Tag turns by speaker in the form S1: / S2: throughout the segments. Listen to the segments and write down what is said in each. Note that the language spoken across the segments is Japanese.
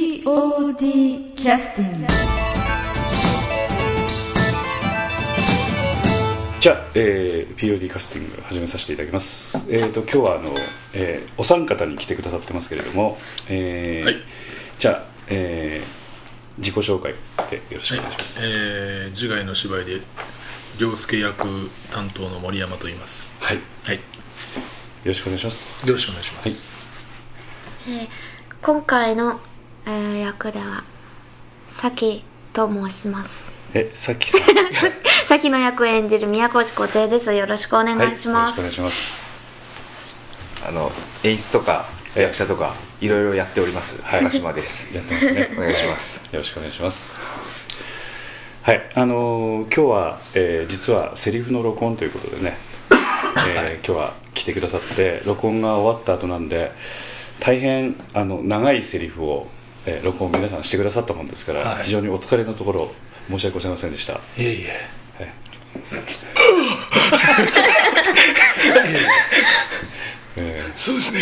S1: POD キャスティング
S2: じゃあ、えー POD カスティング始めさせていただきます。えっ、と今日はあの、えーお三方に来てくださってますけれども、えー
S3: はい
S2: じゃあ、えー自己紹介でよろしくお願いします。
S3: えー、自害の芝居で涼介役担当の森山と言います
S2: はい、よ
S3: はいよ
S2: ろしくお願いします。
S3: ろしくお願いします、
S4: 今回の、えー役ではさきと申します
S2: え、さきさん、はい、
S4: さきの役を演じる宮越梢ですよろしく お願
S2: よろ
S4: い
S2: し
S4: し
S2: くお願い
S4: ます、
S2: します。
S5: あの演出とか役者とかいろいろやっております、
S2: はい
S5: 高島 です
S2: やってますね。
S5: お願いします
S2: よろしくお願いします。はい、あのー今日は、えー実はセリフの録音ということで ね、えー今日は来てくださって録音が終わった後なんで大変あの長いセリフを、えー録音皆さんしてくださったもんですから、
S3: はい
S2: 非常にお疲れのところ申し訳ございませんでした。
S3: い、えいえ
S2: えー
S3: そうですね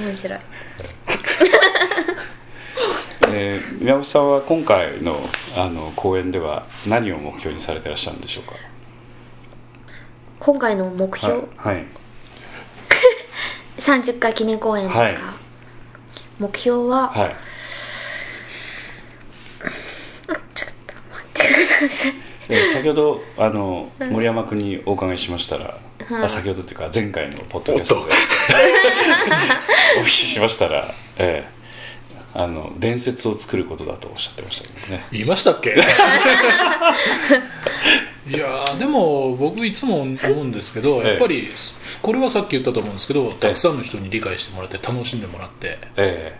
S4: 面白い
S2: えー宮本さんは今回のあの公演では何を目標にされてらっしゃるんでしょうか。
S4: 今回の目標、
S2: はい、はい、
S4: 30回記念公演ですか、
S2: はい
S4: 目標は、
S2: はい、
S4: ちょっと待っ
S2: えー先ほどあの森山君にお伺いしましたら、あ先ほどっていうか前回のポッドキャストで お聞きしましたら、えーあの伝説を作ることだとおっしゃってましたけどね
S3: 言いましたっけいやーでも僕いつも思うんですけど
S2: ええ
S3: やっぱりこれはさっき言ったと思うんですけどたくさんの人に理解してもらって楽しんでもらって
S2: ええ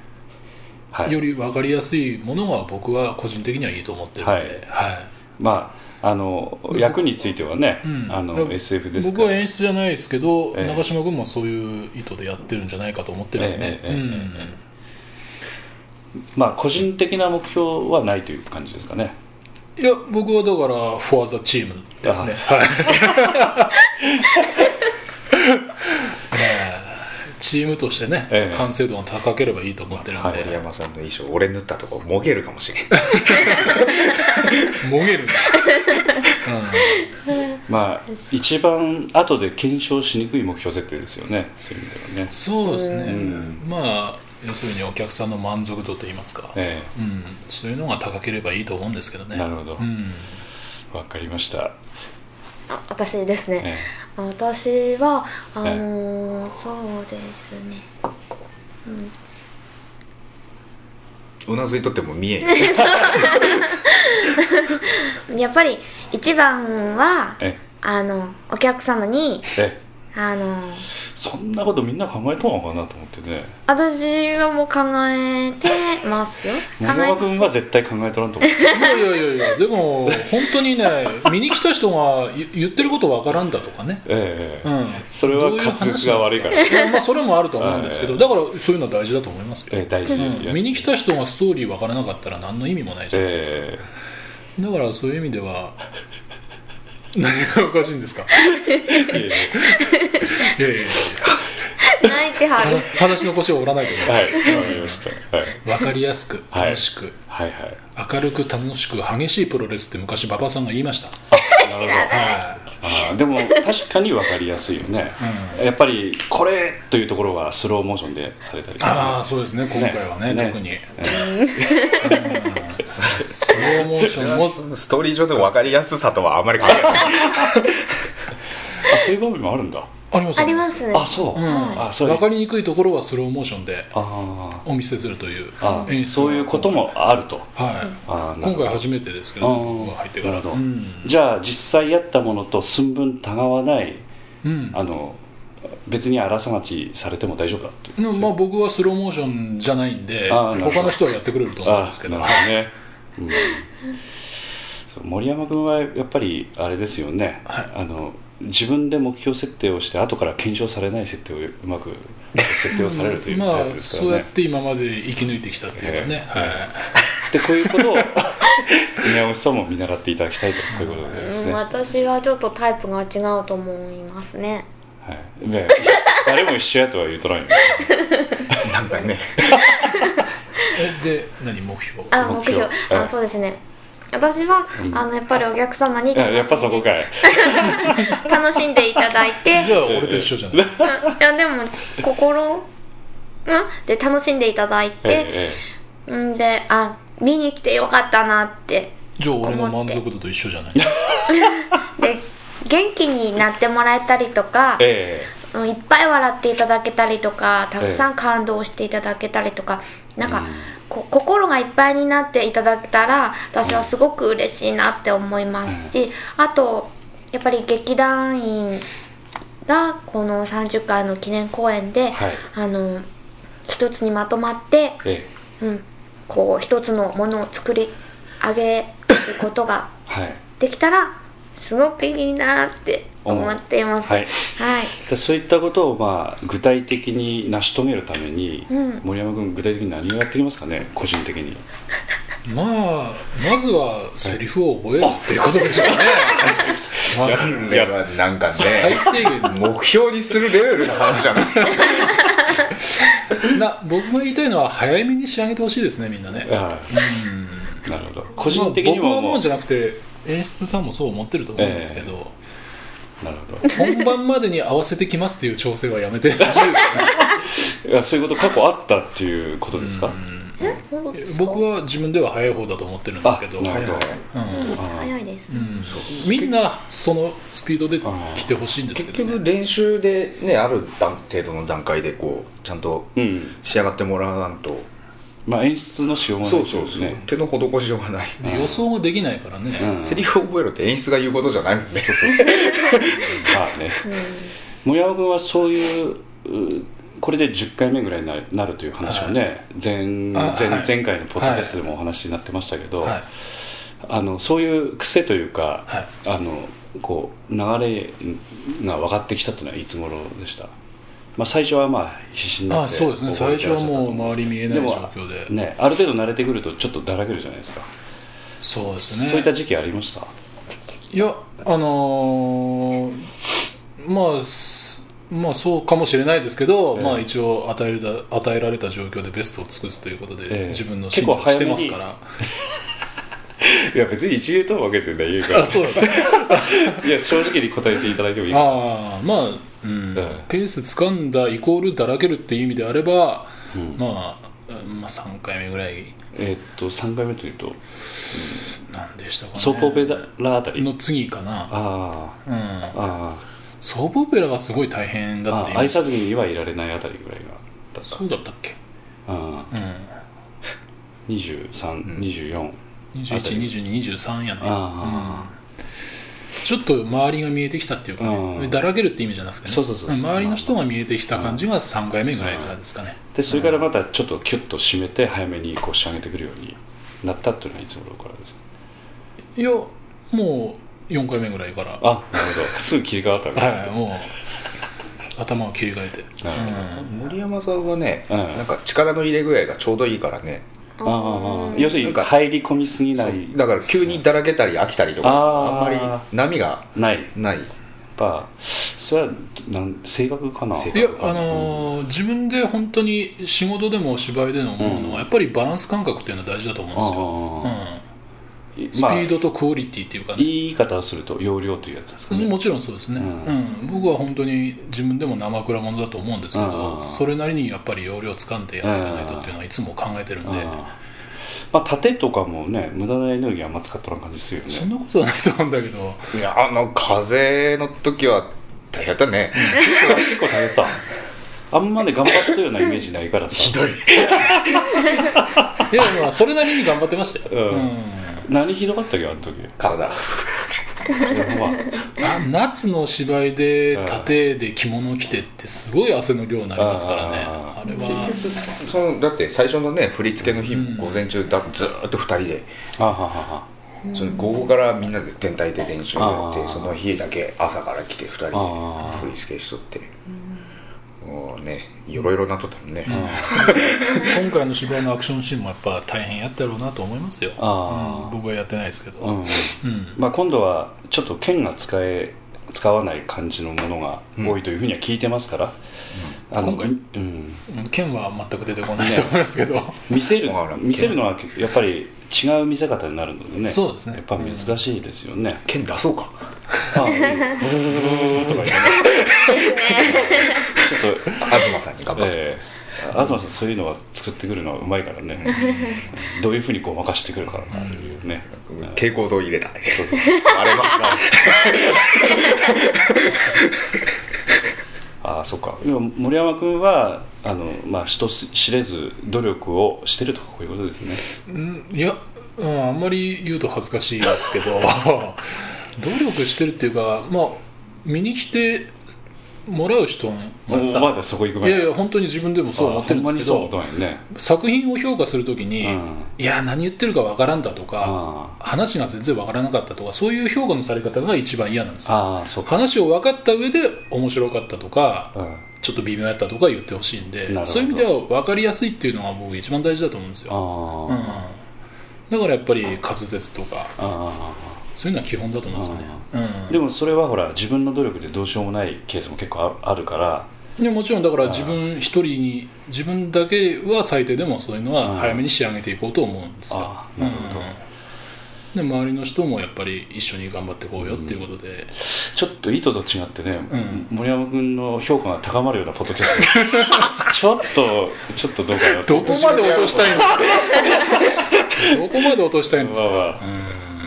S2: はい
S3: より分かりやすいものが僕は個人的にはいいと思ってるんで、はい
S2: まああの役についてはね、
S3: うん
S2: あの SF です
S3: 僕
S2: か
S3: は
S2: ら
S3: 演出じゃないですけど、
S2: ええ
S3: 長嶋君もそういう意図でやってるんじゃないかと思ってるんでね、
S2: ええええ
S3: うん
S2: えまあ個人的な目標はないという感じですかね
S3: いや僕はだから「for the team」ですねはいええ チームとしてね、
S2: ええ
S3: 完成度が高ければいいと思ってるんで、
S2: はい
S5: 森山さんの衣装俺塗ったとこもげるかもしれない
S3: もげ るね
S2: まあ一番後で検証しにくい目標設定ですよねそういう意味ではね
S3: そうですね、まあ要するにお客さんの満足度といいますか、
S2: ええ
S3: うん、そういうのが高ければいいと思うんですけどね
S2: なるほど
S3: うん
S2: わかりました、
S4: てあ私ですね、
S2: え
S4: 私はあのーそうですね
S5: うなずいとっても見えんはい
S4: やっぱり一番は
S2: え
S4: あのお客様に
S2: ええ
S4: あのー
S2: そんなことみんな考えとんのかなと思ってね
S4: 私はもう考えてますよ考
S2: 森
S4: え
S2: 山君は絶対考えとらんと思う
S3: いやいやいやいやでも本当にね 見に来た人が言言ってることわからんだとかね、
S2: ええええ
S3: うん、
S2: それは
S3: どういう
S2: 滑
S3: 話
S2: 舌が悪いから、
S3: いやまあそれもあると思うんですけど、だからそういうのは大事だと思いますよ、
S2: ええ大事
S3: う
S2: に
S3: ん、見に来た人がストーリーわからなかったら何の意味もないじゃないですか、
S2: え
S3: だからそういう意味 では何がおか しいんですか
S2: えいえい
S3: いやいやいや
S4: 泣いてはる
S3: 話話の腰を折らないでくだ
S2: え
S3: さい
S2: はいわかりました、はい、
S3: わかりやすく
S2: はい
S3: 楽しく、
S2: はいはい
S3: 明るく楽しく激しいプロレスって昔馬場さんが言いました
S2: 知らない
S3: は
S2: あーでも確かに分かりやすいよ ね、やっぱりこれというところはスローモーションでされたり
S3: い
S2: と
S3: あ
S2: か
S3: あそうですね今回はね
S2: ね
S3: 特に、
S2: ね
S3: スローモーシ ョンも
S5: ストーリー上でも分かりやすさとはあまり関係ない
S2: あそういう場面もあるんだ
S3: あります
S4: ありますね
S2: あそう、
S3: ん
S2: あそういう
S3: 分かりにくいところはスローモーションで
S2: あ
S3: お見せするという
S2: ーあー
S3: 演出
S2: そういうこともあると
S3: はい
S2: あーなる
S3: 今
S2: ほど
S3: 回初めてですけど僕が入ってか
S2: な
S3: ら
S2: るほど、
S3: うん
S2: じゃあ実際やったものと寸分たがわない
S3: うん
S2: あの別に争がちされても大丈夫だっていう
S3: でもまあ僕はスローモーションじゃないんで
S2: あーなるほど
S3: 他の人はやってくれると思うん
S2: あ
S3: です
S2: あ
S3: け
S2: な
S3: ど
S2: るほどね、うんそう森山君はやっぱりあれですよね、あの自分で目標設定をして後から検証されない設定をうまく設定をされるという
S3: ま
S2: タイプ
S3: あ
S2: ですか
S3: そう
S2: ら
S3: やっ
S2: ね、
S3: て今まで生き抜いてきたっていうかねはい
S2: でこういうことを 宮本さんも見習っていただきたいとこういうことでです
S4: うん
S2: ね、は
S4: 私はちょっとタイプが違うと思いますね
S2: いはいで誰も一緒やとは言うとないんで
S5: なんかね
S3: えで何目標
S4: あ
S2: 目
S4: 目
S2: 標
S4: 標
S2: ええ
S4: あそうですね私は、
S2: うん
S4: あのやっぱりお客様に
S2: いややっぱ
S4: 楽し
S2: そ
S4: ん
S2: こ
S4: で
S2: かい
S4: 楽しんでいただい て
S3: じゃあ俺と一緒じゃない
S4: うんいやでも心うんで楽しんでいただい
S2: え
S4: て、
S2: え
S4: うんであ見に来てよかったなって
S3: じゃあ俺の満足度と一緒じゃない
S4: で元気になってもらえたりとか、
S2: ええ
S4: うんいっぱい笑っていただけたりとかたくさん感動していただけたりとか、なんか、こ心がいっぱいになっていただけたら私はすごく嬉しいなって思いますし、あとやっぱり劇団員がこの30回の記念公演で、
S2: はい
S4: あの一つにまとまって、
S2: ええ
S4: うん、こう一つのものを作り上げることが
S2: はい
S4: できたらすごくいいなって思っています。
S2: はい
S4: はい
S2: でそういったことをまあ具体的に成し遂げるために、
S4: うん
S2: 森山君具体的に何をやっていますかね個人的に
S3: まあまずはセリフを覚えるっていうことでしょうね
S5: それはなんかね
S3: 最低限
S5: 目標にするレベルの話じ ゃない
S3: な僕が言いたいのは早めに仕上げてほしいですねみんなね
S2: ああなるほど個人的に
S3: まあ
S2: も
S3: 僕はも
S2: も
S3: う
S2: う
S3: じゃなくて演出さんもそう思ってると思うんですけ ど、
S2: なるほ
S3: 本番までに合わせてきますっていう調整はやめてほしいですね
S2: どいやそういうこと過去あったっていうことですか、
S4: え本当ですか
S3: 僕は自分では早い方だと思ってるんですけど、うん
S2: なるほど、
S4: うん早いですね、
S3: みんなそのスピードで来てほしいんです
S5: 結
S3: けど、
S5: 局
S3: ね、
S5: 練習でねある段程度の段階でこうちゃんと
S2: うん
S5: 仕上がってもらわんと、
S2: まあ演出のしようがないってことですね
S5: 手の施しようがない、
S3: 予想ができないからね、
S2: うん
S5: セリフを覚えろって演出が言うことじゃないもんね
S2: まあね、森山君はそういううこれで10回目ぐらいになるなるという話をね、前
S3: あ
S2: 前
S3: はい
S2: 前回のポッドキャストでもお話になってましたけど、
S3: はい
S2: あのそういう癖というか、
S3: はい
S2: あのこう流れが分かってきたというのはいつ頃でした、まあ、最初はまあ必死になって
S3: あそうですね
S2: 覚え
S3: 最
S2: てら
S3: 初
S2: っ
S3: は
S2: しゃったと
S3: もう
S2: 思ん
S3: 周
S2: です
S3: り見えない状況で
S2: もね、ある程度慣れてくるとちょっとだらけるじゃないですか
S3: そうですね
S2: そういった時期ありました
S3: いやあのーまあすまあそうかもしれないですけど、
S2: ええ
S3: まあ一応与えるだ与えられた状況でベストを尽くすということで、
S2: ええ
S3: 自分の信条をしてますから
S2: いや別に一流とは分けてない言うか
S3: あそうなんですね
S2: いや正直に答えていただいてもいいか
S3: ああまあ、うん
S2: ええ
S3: ペース掴んだイコールだらけるっていう意味であれば、
S2: うん
S3: まあ、うんまあ3回目ぐらい
S2: えーっと3回目というと
S3: なんでしたかね
S2: ソープオペラあたり
S3: の次かな、
S2: あー
S3: うん、
S2: あ
S3: ソープオペラがすごい大変
S2: ー
S3: だっ
S2: あー
S3: て言いま
S2: 愛
S3: す
S2: さずにはいられないあたりぐらいがだった
S3: そうだったっけ、
S2: あ
S3: うん、
S2: ー2324
S3: 212223やね、
S2: あ
S3: ちょっと周りが見えてきたっていうか
S2: う
S3: ね
S2: ん
S3: だらけるって意味じゃなくてね
S2: そうそうそうそう
S3: 周りの人が見えてきた感じが3回目ぐらいからですかね
S2: でそれからまたちょっとキュッと締めて早めにこう仕上げてくるようになったっていうのはいつ頃からですか
S3: いやもう4回目ぐらいからは
S2: あなるほどすぐ切り替わったわけ
S3: い
S2: で
S3: はいもう頭を切り替えて
S2: すね、うんあ
S5: 森山さんはね、
S2: うん
S5: なんか力の入れ具合がちょうどいいからね
S2: ーあー要するに入り込みすぎない
S5: だから急にだらけたり飽きたりとか
S2: あ
S5: あ
S2: ー
S5: んまり波が
S2: ないや
S5: ない
S2: っぱそれはなん性格かな
S5: 性
S3: い
S5: 格
S3: やあのー自分で本当に仕事でも芝居でも思うのはやっぱりバランス感覚っていうのは大事だと思うんですよ、
S2: あー
S3: うん、スピ
S2: まあ
S3: ードとクオリティっていうかね
S2: 言い方をすると容量というやつですかね
S3: もちろんそうですね、
S2: う
S3: うんん僕は本当に自分でも生蔵ものだと思うんですけ
S2: うんうんうん
S3: どそれなりにやっぱり容量掴んでやっていかないとっていうのはいつも考えてるんで
S2: あーまあ縦とかもね無駄なエネルギーあんま使っとらん感じするよ
S3: そ
S2: ね
S3: んなことはないと思うんだけど
S5: いやあの風の時は大変だったね
S2: 結構大変だあんまね頑張ったようなイメージない からさ
S5: どい
S3: いやまあそれなりに頑張ってましたよ、
S2: う
S3: うんん
S2: 何ひどかったっけあ の時
S5: 体
S2: でもまあ
S3: あ夏の芝居で縦で着物を着てってすごい汗の量になりますからね
S2: あ
S3: あれは
S5: そのだって最初のね振り付けの日も午前中だずーっと2人で、
S2: あはは
S5: その午後からみんなで全体で練習をやっ
S2: あー
S5: てその日だけ朝から来て2人
S2: あー
S5: で振り付けしとってもうねいろいろなっとったもんね、
S3: 今回の芝居のアクションシーンもやっぱ大変やったろうなと思いますよ、
S2: あー
S3: うん僕はやってないですけど、
S2: はうん
S3: うん
S2: まあ今度はちょっと剣が使え使わない感じのものが多いというふうには聞いてますから、あの
S3: 今回
S2: うん、
S3: うん剣は全く出てこないと思いますけど、
S2: 見せる
S5: わからん
S2: 見せるのはやっぱり違う見せ方になるのでね
S3: そうですね
S2: やっぱ難しいですよね、
S5: 剣出そうか
S2: あいい ブーとか言ってねちょっと
S5: 東さんに頑張って、
S2: ええ東さんそういうのは作ってくるのはうまいからねどういうふうにごまかしてくるかなっていうね、
S5: 蛍光灯入れたい
S2: そうそう
S5: あれますな
S2: ああそうかでも森山君はあの、まあ、人知れず努力をしてるとこういうことですね
S3: うんいや、うん、あんまり言うと恥ずかしいですけど 努力してるっていうかまあ見に来てもらう人
S2: お
S3: が
S2: ま
S3: さ
S2: だそこ行く
S3: い
S2: 前
S3: やいや本当に自分でもそう思ってるんですけ
S2: あほまに
S3: ど
S2: そう思ったんやね
S3: 作品を評価するときに、
S2: うん
S3: いや何言ってるかわからんだとか
S2: あ
S3: 話が全然わからなかったとかそういう評価のされ方が一番嫌なんですよ
S2: ああそうか、
S3: 話を分かった上で面白かったとか
S2: うん
S3: ちょっと微妙やったとか言ってほしいん
S2: なるほ
S3: で
S2: ど
S3: そういう意味では分かりやすいっていうのが僕一番大事だと思うんですよ
S2: あ
S3: う
S2: あ
S3: ん、だからやっぱり滑舌とか
S2: あ
S3: そういうのは基本だと思うんですよね、
S2: あでもそれはほら自分の努力でどうしようもないケースも結構あるあるから
S3: うん、でもちろんだから自分一人に自分だけは最低でもそういうのは早めに仕上げていこうと思うんですよ、
S2: ああなるほど
S3: うんで周りの人もやっぱり一緒に頑張っていこうよっていうことで、
S2: ちょっと意図と違ってね、
S3: ん
S2: 森山君の評価が高まるようなポッドキャスト ちょっとちょっとどうかなと
S3: どこまで落としたいんですか どこまで落としたいんです
S2: まあ
S3: か、
S2: まあ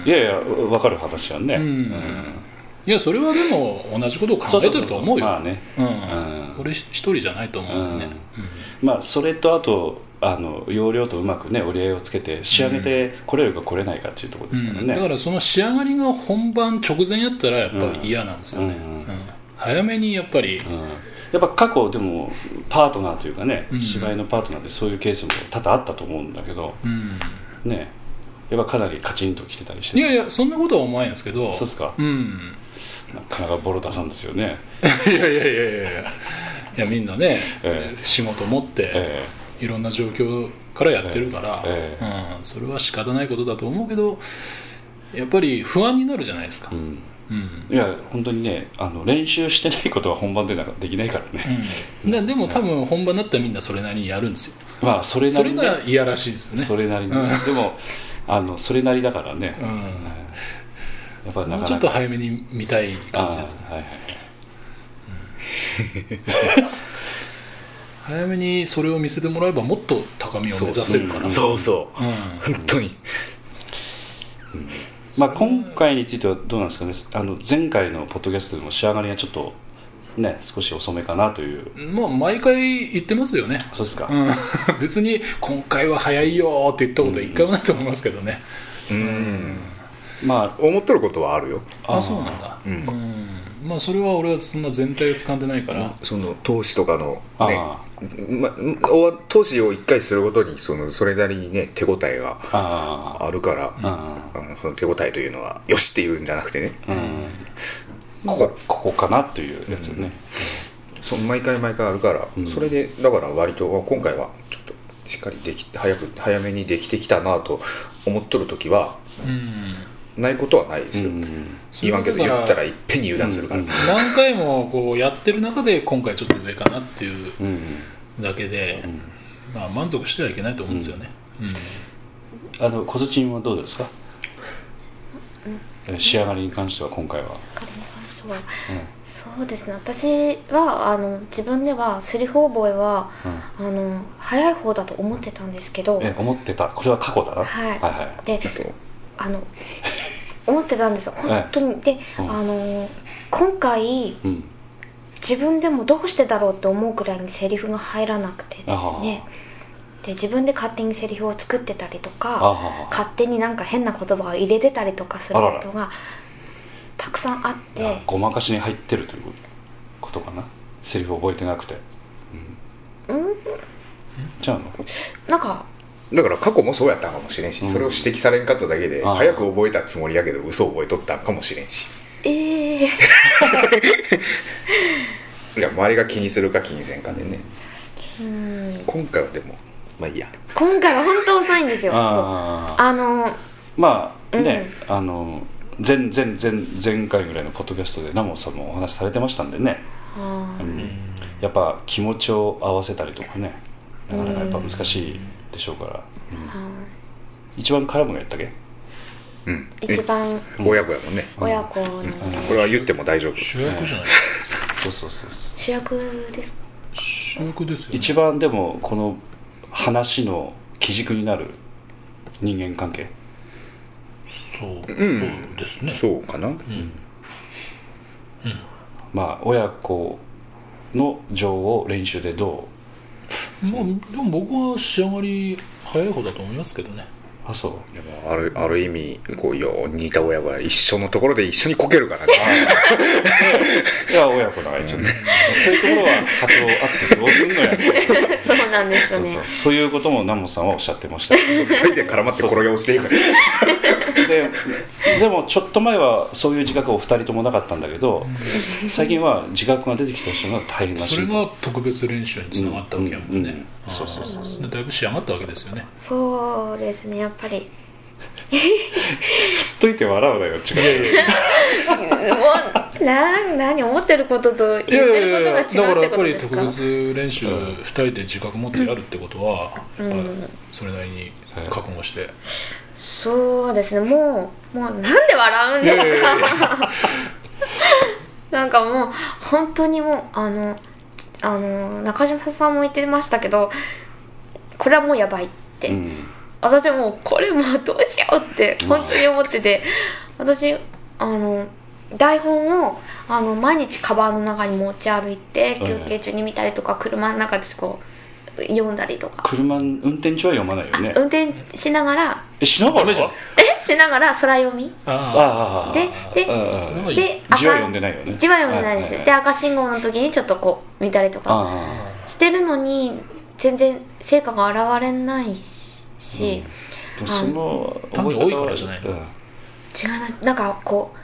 S2: いやいやわかる話はね、
S3: うんいやそれはでも同じことを考えてると思うよ
S2: まあね、
S3: うん
S2: うん
S3: 俺一人じゃないと思うんでね、
S2: まあそれとあとあの容量とうまくね折り合いをつけて仕上げてこれるかこれないかっていうところですから
S3: うん
S2: ね、
S3: だからその仕上がりが本番直前やったらやっぱり嫌なんですよね、
S2: う
S3: うんん早めにやっぱり、
S2: うんやっぱ過去でもパートナーというかね、
S3: うん
S2: 芝居のパートナーでそういうケースも多々あったと思うんだけど
S3: うん
S2: ねやっぱかなりカチンときてたりして
S3: いやいやそんなことは思わないんですけど
S2: そうっすか
S3: ん
S2: なかなかボロ出さんですよね
S3: いやいやいやいやいやいやみんなね、
S2: え
S3: 仕事持って、
S2: え
S3: いろんな状況からやってるから、
S2: ええ
S3: うん、それは仕方ないことだと思うけどやっぱり不安になるじゃないですか
S2: え、うん
S3: うん
S2: いや本当にねあの練習してないことは本番でなんかできないからね、
S3: うん、ででも多分本番になったらみんなそれなりにやるんですよ
S2: まあそれな
S3: そ
S2: り
S3: れ
S2: にね
S3: が嫌らしいですよね
S2: それなりに、
S3: うん
S2: でもあのそれなりだからね、
S3: う
S2: や
S3: ん
S2: っぱりなかな
S3: もう
S2: か
S3: ちょっと早めに見たい感じですね
S2: ああはいはい
S3: 早めにそれを見せてもらえばもっと高みを目指せるから
S2: ん
S5: そうそう、
S3: うん
S5: 本当に
S2: まあ、今回についてはどうなんですかねあの前回のポッドキャストでも仕上がりがちょっとね少し遅めかなという
S3: まあ毎回言ってますよね、
S2: そうですか、
S3: うん、 別に今回は早いよって言ったことは一回もないと思いますけどね、
S5: うん
S2: まあ
S5: 思っとることはあるよ
S2: あ
S3: あそうなんだ
S5: う
S3: うんん、まあそれは俺はそんな全体を掴んでないから
S5: その投資とかの
S2: あ
S5: ねま、お投資を一回するごとにそのそれなりにね手応えが
S2: あ
S5: あるから、
S2: あ
S5: あのその手応えというのはよしっていうんじゃなくてね
S2: うん、ここここかなというやつね、
S5: その毎回毎回あるから、
S2: うん
S5: それでだから割と今回はちょっとしっかりでき早く早めにできてきたなと思っとる時は
S3: うん
S5: ないことはないですよ、
S2: うん
S5: 言わんけど
S3: それ
S5: 言
S3: はだ
S5: った
S3: から
S5: いっぺんに油断するから、
S2: うん
S3: 何回もこうやってる中で今回ちょっと上かなっていう
S2: うん
S3: だけで、
S2: ん
S3: まあ満足してはいけないと思うんですよね、うん
S2: あの小槌はどうですか、え仕上がりに関しては今回は、
S4: 彼に関してはそうですね私はあの自分ではセリフ覚えは、あの早い方だと思ってたんですけど
S2: うん、え思ってたこれは過去だな、
S4: はい
S2: はいはい
S4: であの思ってたんですよ本当にで、
S2: うん
S4: あの今回
S2: うん
S4: 自分でもどうしてだろうって思うくらいにセリフが入らなくてですねで自分で勝手にセリフを作ってたりとか
S2: ああ
S4: 勝手になんか変な言葉を入れてたりとかすることがたくさんあって
S2: ごまかしに入ってるということかなセリフ覚えてなくてうんちゃうの
S4: なんか
S5: だから過去もそうやったんかもしれんし、
S2: うん
S5: それを指摘されんかっただけで
S2: あー
S5: 早く覚えたつもりやけど嘘覚えとったんかもしれんし
S4: ええ
S5: いや周りが気にするか気にせんかでね、
S4: うん
S5: 今回はでもまあいいや
S4: 今回は本当遅いんですよあ
S2: ああ
S4: の
S2: まあ
S4: うん
S2: ね、あの前前前前回ぐらいのポッドキャストでナモさんもお話しされてましたんでね、
S4: あ
S2: う
S4: ー
S2: んやっぱ気持ちを合わせたりとかねなかなかやっぱ難しいでしょうから、うん一番絡むがやったっけ
S5: うん
S4: 一番
S5: 親子やもんね
S4: 親子の
S5: これは言っても大丈夫
S3: 主役じゃない
S2: そうそうそうそう
S4: 主役ですか
S3: 主役ですよ、ね、
S2: 一番でもこの話の基軸になる人間関係
S3: そう
S5: うん
S3: そうですね
S5: そうかな
S3: うん
S2: まあ親子の情を練習でど
S3: まあでも僕は仕上がり早い方だと思いますけどね
S2: うあそう
S5: でもあるある意味こうよ似た親子は一緒のところで一緒にこけるからね
S2: いや親子だから一緒にそういうところは課長あってどうすんのやね
S4: そうなんです
S2: そ
S4: よ
S2: う
S4: ね
S2: そうということも南本さんはおっしゃってました
S5: 二人で絡まって転げ落ちていく
S2: ででもちょっと前はそういう自覚を2人ともなかったんだけど最近は自覚が出てきた人が大変らしい
S3: それが特別練習につながったわけやもん
S2: う
S3: ね、
S2: んうんうん
S3: あー
S2: そうそうそう
S3: でだいぶ仕上がったわけですよね
S4: そうですねやっぱり
S2: といて笑うなよ違う
S4: もうなん何思ってることと言っ
S3: いやい
S4: て
S3: やい
S4: る
S3: やだ
S4: ことが違
S3: から
S4: うって
S3: やっ
S4: こ
S3: ぱ
S4: と
S3: り
S4: です
S3: 特
S4: か
S3: 別練習2人で自覚持ってやるってことは、
S4: ん
S3: やっぱそれなりに覚悟して、
S4: そうですねもうもうなんで笑うんですか なんかもう本当にもうあのあの中島さんも言ってましたけどこれはもうやばいって、
S2: うん
S4: 私はもうこれもうどうしようって本当に思ってて私あの台本をあの毎日カバンの中に持ち歩いて
S2: はい
S4: 休憩中に見たりとか車の中でこう読んだりとか、
S2: 車運転中は読まないよね
S4: 運転しながら
S2: えしなが
S3: ダメ
S2: ら
S3: じゃん
S4: えしながら空読み
S2: あ
S3: あー
S2: あああ
S4: でで
S2: ああ
S3: それはいい
S4: で
S2: 字は読んでないよね
S4: 字は読んでないです、
S2: はいはいはい
S4: で赤信号の時にちょっとこう見たりとか
S2: ああ
S4: してるのに全然成果が現れないし、違い
S2: でもその
S3: 単に多いからじゃない
S2: うん
S4: ますなんかこう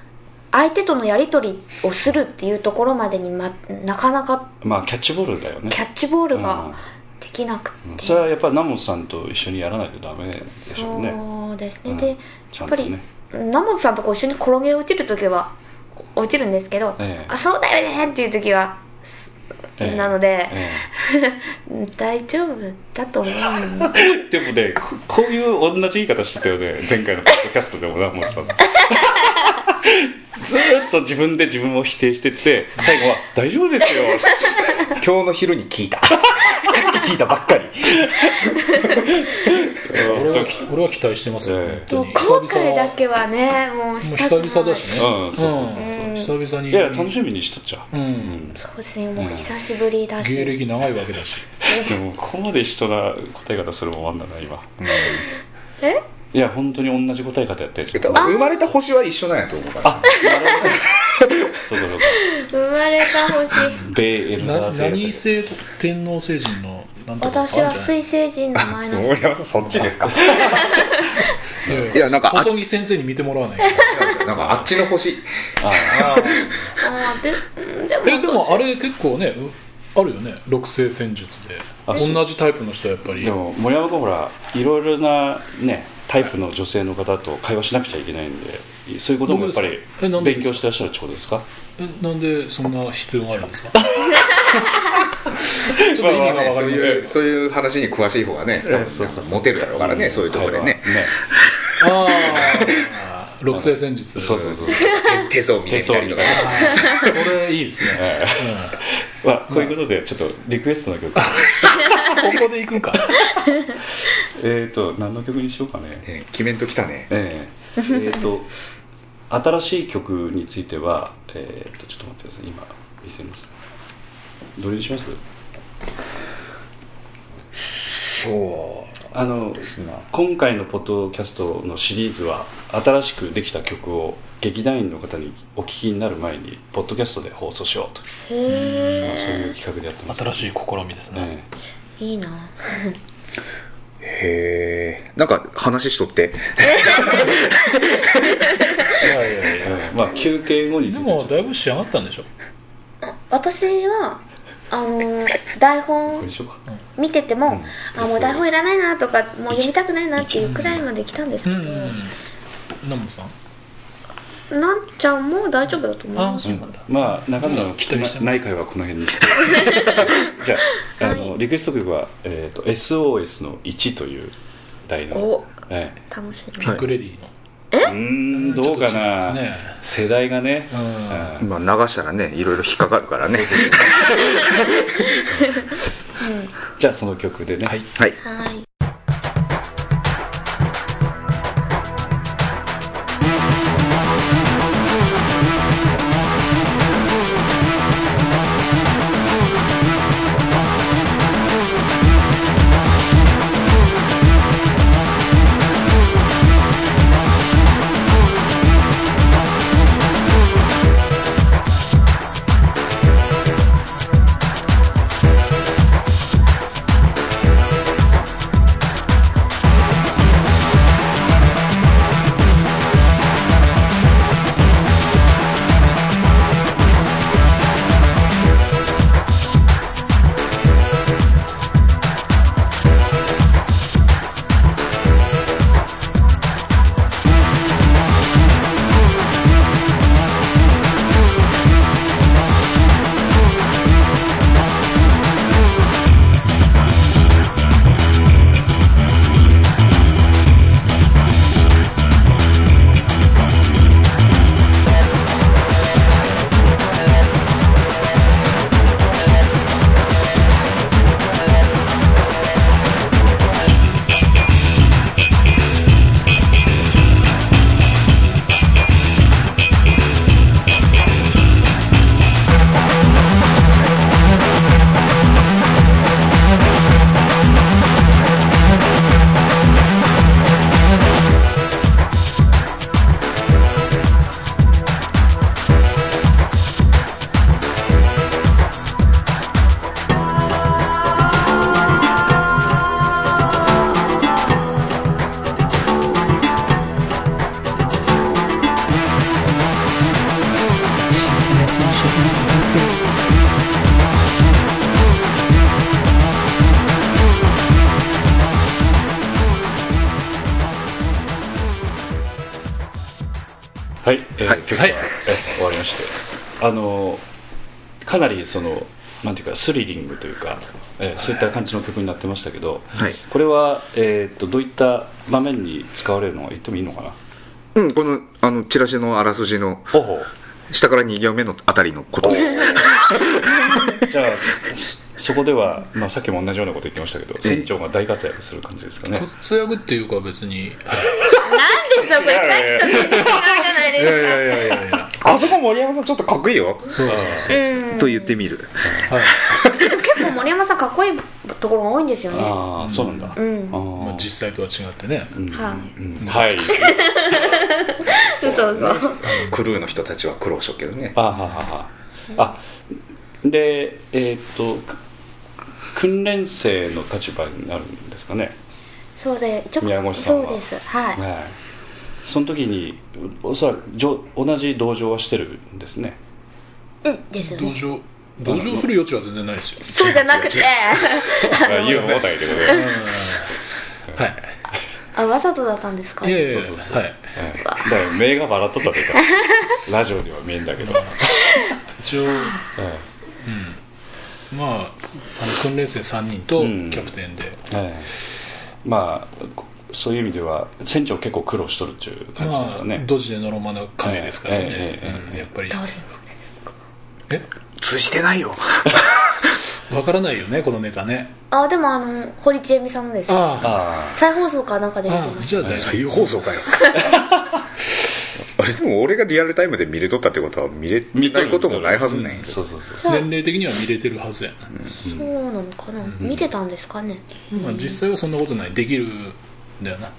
S4: 相手とのやり取りをするっていうところまでに、ま、なかなか
S2: まあキャッチボールだよね
S4: キャッチボール
S2: うん
S4: ができなく
S2: うん
S4: て、
S2: それはやっぱりナモさんと一緒にやらないとダメでしょうね
S4: そうですね、
S2: うん
S4: でや
S2: ちゃ
S4: っ
S2: ん
S4: ぱ
S2: と
S4: り
S2: ね
S4: 南本さんとこう一緒に転げ落ちる時は落ちるんですけど、
S2: ええ
S4: あそうだよねっていう時は、す
S2: ええ
S4: なので、
S2: え
S4: 大丈夫だと思う
S2: え でもねここういう同じ言い方してたよね前回のポッドキャストでもナモ さんずーっと自分で自分を否定してって最後は「大丈夫ですよ
S5: 今日の昼に聞いた さっき聞いたばっかり」
S2: う
S3: 俺は
S2: ん
S3: 俺は期待してますよ、
S2: ええ
S4: でも
S3: 本
S4: 後
S3: 当に
S4: 悔だけはねもう
S3: もう
S4: したくない
S3: 久々だしね、
S2: うんそうそうそうそう
S3: うん久々に
S2: いや楽しみにしとっちゃう
S3: うん
S2: うん
S4: そうですねもう久しぶりだし、
S3: 芸歴長いわけだし
S2: でもここまで人が答え方するもんなんだな今
S4: え
S2: いや本当に同じ答え方やってる
S5: 多分生まれた星は一緒なんやと思うから
S2: あそうだそうだ
S4: 生まれた 星
S2: 米エル
S3: な
S2: ダー制
S3: 何星と天皇星人のなんとか
S4: 私は
S3: あるんじゃない
S4: 水星人の前の
S5: 森山さんそっちですか
S3: いや
S5: いやなんかあ
S3: 細木先生に見てもらわないと
S5: なんかあっちの星
S2: あ
S4: あーでうんでも
S3: えでもあれ結構ねうあるよね六星戦術で
S2: あそう
S3: 同じタイプの人はやっぱり
S2: でも森山君ほらいろいろなねタイプの女性の方と会話しなくちゃいけないんでそういうこともやっぱ
S3: どう
S2: り
S3: ですかえなんで
S2: 勉強してらっしゃるってことですか
S3: えなんでそんな必要があるんですかちょっと意味がわか
S5: そう
S3: りません
S5: いうそういう話に詳しい方がね多分
S2: そうそうそう
S5: モテるだろうからねそういうところでね
S2: 会話
S3: ああ六星戦術
S2: そうそうそう
S5: 手手相見えたりとかね
S3: あーそれいいですね、
S2: ええまあこういうことでちょっとリクエストの曲
S3: うん、そこで行くんか
S2: えっと何の曲にしようかね
S5: ね決めんときたね
S2: えええーと 新しい曲については、えー、とちょっと待ってください今見せますどれにします
S5: そ
S2: あの
S5: うな
S2: 今回のポッドキャストのシリーズは新しくできた曲を劇団員の方にお聞きになる前にポッドキャストで放送しようと、
S4: へ
S2: まあそういう企画でやってます
S3: 新
S2: い、
S3: しい試みですね、
S2: え
S4: えいいな
S5: へえんか話しとって
S3: いやいやい
S2: え
S3: や
S2: ええまあ休憩後につ
S3: で
S2: いて
S3: もだいぶ仕上がったんでしょ
S4: 私はあのー台
S2: これ
S4: 本
S2: にしようか
S4: 見てても、あもう台本いらないなとかもう
S2: 一
S4: 読みたくないなっていうくらいまで来たんです
S3: う
S4: け
S3: ん
S4: ど、
S3: 南本さん
S4: なんちゃんも大丈夫だと思い
S3: あ
S4: ま
S3: あ
S4: す
S3: そうなんだ、
S2: まあ中身
S3: う
S2: の
S3: ん期待してます
S2: ない会はこの辺に してじゃああの、リクエスト曲は、えーと「SOS の1」という題の
S4: お、
S2: ええ
S4: 楽しみ、
S3: ピンク・レディーの、
S2: うーんどうか
S3: ちょ
S2: な、
S3: っと違いますね
S2: 世代がね、
S3: うん
S2: あー
S5: まあ流したらねいろいろ引っかかるからね
S2: じゃあその曲でね、
S3: はい
S5: はい
S4: はい
S1: 我先是第三次。
S2: はい、えー
S5: はい
S2: 曲は、
S3: はい
S2: えー終わりましてあのかなりそのなんていうかスリリングというか、えーそういった感じの曲になってましたけど、
S5: はい
S2: これは、えー、とどういった場面に使われるのか言ってもいいのかな
S5: うんこのあのチラシのあらすじの
S2: ほうほう
S5: 下から2行目のあたりのことです
S2: じゃあそそこでは、まあ、さっきも同じようなこと言ってましたけど船長が大活躍する感じですかね
S3: 活躍っていうか別に
S4: なんでそこさっきと違うじゃない
S3: いやい
S4: で
S3: やいやいやいや
S5: あそこ森山さんちょっとかっこいいよ
S3: そうそうそう
S5: と言ってみる
S4: すか 結構森山さんかっこいいところが多いんですよね
S2: ああそうなんだ、
S4: うん
S2: あー
S3: まあ、実際とは違ってね、
S4: はい
S2: うんはい
S4: そうそう
S5: クルーの人たちは苦労しとくけどね
S2: あはははあでえっ、とく訓練生の立場になるんですかね、
S4: そうでちょ
S2: 宮越さん
S4: そ
S2: は
S4: うですはい
S2: はい、その時におそらくじょ同じ同情はしてるんですね
S4: ですよ
S3: 同
S4: ね
S3: 情同情する余地は全然ないですよ
S4: そうじゃなくて
S2: 言うもたいってことで
S3: はい
S4: あわざとだったんですか
S3: いやいやいや
S2: そうそうそう
S3: はい
S2: だから目が笑っとったというかラジオ では見えんだけど、
S3: 一応
S2: え
S3: まああの訓練生3人とキ
S2: うん
S3: ャプテンで、
S2: えええまあこそういう意味では船長結構苦労しとるっていう感じ
S3: ま
S2: ですかね、
S3: あドジでのろまな亀ですからね、
S2: えええええ
S3: うんやっぱり
S4: 誰もです
S3: え
S5: 通じてないよ
S3: わからないよねこのネタね
S4: あでもあの堀ちえみさんのです
S3: あ
S2: あ
S4: 再放送かなんかで
S3: あ
S4: 見て
S3: あ
S4: ま
S3: あ
S4: し
S3: じゃあ大丈
S5: 採用放送かよあれでも俺がリアルタイムで見れとったってことは見れ
S2: あ見
S5: 見ないこともないはずね、
S2: うんそうそうそう
S3: 夫年齢的には見れてるはずや、
S4: たそうなのかな見てたんですかね
S3: まあ、実際はそんなことないできるんだよな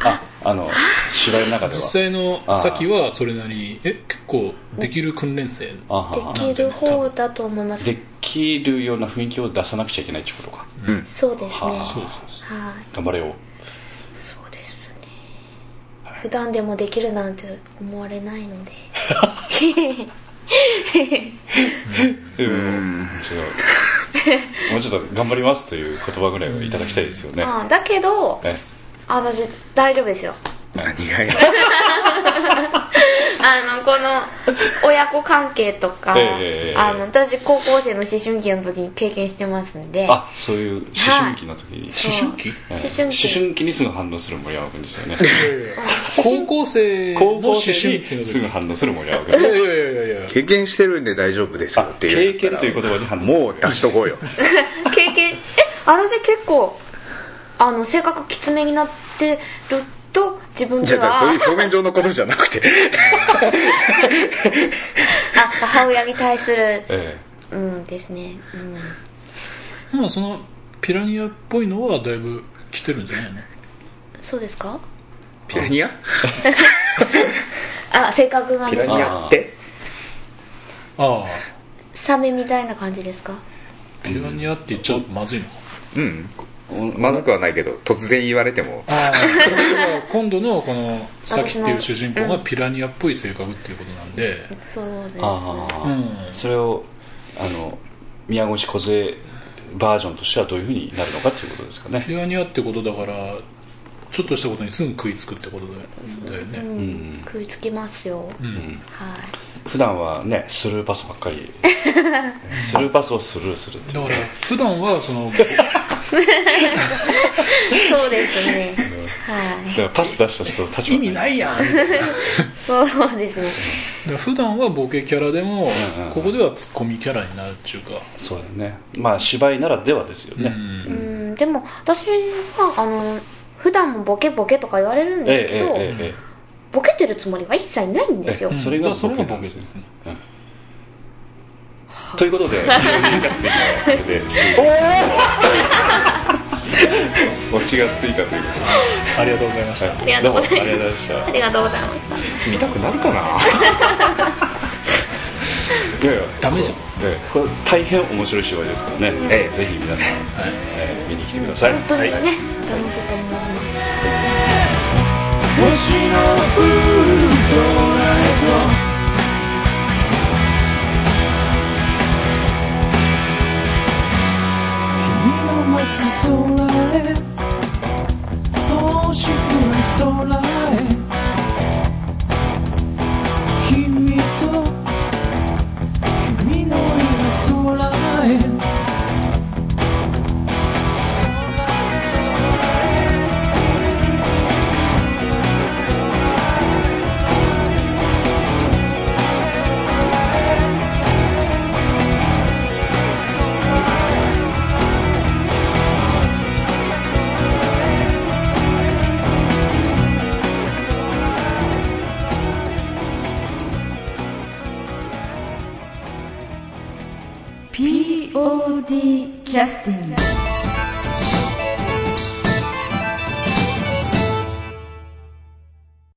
S2: ああの芝居の中では
S3: 実際の先はそれなりえ結構できる訓練生
S2: あはは
S4: できる方だと思います
S2: できるような雰囲気を出さなくちゃいけないってことか、
S4: そうですね
S2: はあ
S3: そうそうそ
S4: はい
S2: 頑張れよ
S4: そうですね普段でもできるなんて思われないので
S2: うん違うもうちょっと頑張りますという言葉ぐらいはいただきたいですよね、
S4: ああだけど
S2: え
S4: あ私大丈夫ですよ
S5: 何がや
S4: あのこの親子関係とか、
S2: ええええ
S4: あの私高校生の思春期の時に経験してますんで
S2: あそういう思春期の時に、
S4: そう
S3: 思春期
S2: ええ
S4: 思春期
S2: 思春期にすぐ反応する森山君ですよね
S3: 高校生の
S2: 高
S3: 思
S2: 校生
S3: 春期の
S2: に
S3: 時
S2: す
S3: い
S2: ぐ反応する森山
S3: やいや
S2: 君
S3: いやいやいや
S5: 経験してるんで大丈夫ですよっていう
S2: あ経験という言葉に反応する
S5: もう出しとこう よ
S4: 経験え私結構あの性格きつめになってると自分
S5: じ
S4: で
S5: ゃあ
S4: は
S5: そういう表面上のことじゃなくて
S4: あ母親に対する
S2: え
S4: うんですね、うん、
S3: まあそのピラニアっぽいのはだいぶ来てるんじゃないの
S4: そうですか
S5: ピラニア
S4: あ性格が
S5: ピ
S4: で
S5: ラ
S4: す
S5: ニ
S4: か
S5: アって
S3: ああ
S4: サメみたいな感じですか
S3: ピラニアって言っちゃうとまずいのか
S5: うんまずくはないけど突然言われても
S3: ああ今度のこのサキっていう主人公がピラニアっぽい性格っていうことなんで
S4: そうです
S2: えああ、
S3: うん
S2: それをあの宮越梢バージョンとしてはどういうふうになるのかということですかね
S3: ピラニアってことだからちょっとしたことにすぐ食いつくってことだよだよ
S4: う
S3: ね
S4: ん、食いつきますよ、
S3: うん
S4: はい
S2: 普段はねスルーパスばっかりスルーパスをスルーするってい
S3: だ
S2: う
S3: から普段は その
S4: そうですね。は。
S2: だからパス出した人たち
S3: 意味ないやんみたいない
S4: そうですね。
S3: だから普段はボケキャラでも
S2: うんうん
S3: ここではツッコミキャラになるっていうか
S2: そうだよねまあ芝居ならではですよ
S3: う
S2: ね、
S4: うんん、でも私はあの普段もボケボケとか言われるんですけど、
S2: えええええ
S4: ボケてるつもりは一切ないんですよ
S2: え。それが
S3: うんだからそれが
S2: ボ
S3: ボ
S2: ケで
S3: ケですす
S2: ね
S3: ね
S2: えということで、非常に生かせていただいたので、おオチがついたというこ
S3: ありがとうございまし
S2: と
S3: た
S2: で、はい、
S4: りがとうございます
S2: どもありがとうございました。
S4: ありがとうございました。
S5: 見たくな るかない
S2: やいや
S3: ダメじゃ
S2: え
S3: ん
S2: えこれ大変面白い芝居ですからね、ええぜひ皆さん、ええ見に来てください
S4: 本当にね、
S2: はい
S4: 楽しいと思います。
S6: 君の待つ空へ遠しくない空へ君と君のいる空へ
S7: ー POD キャスティング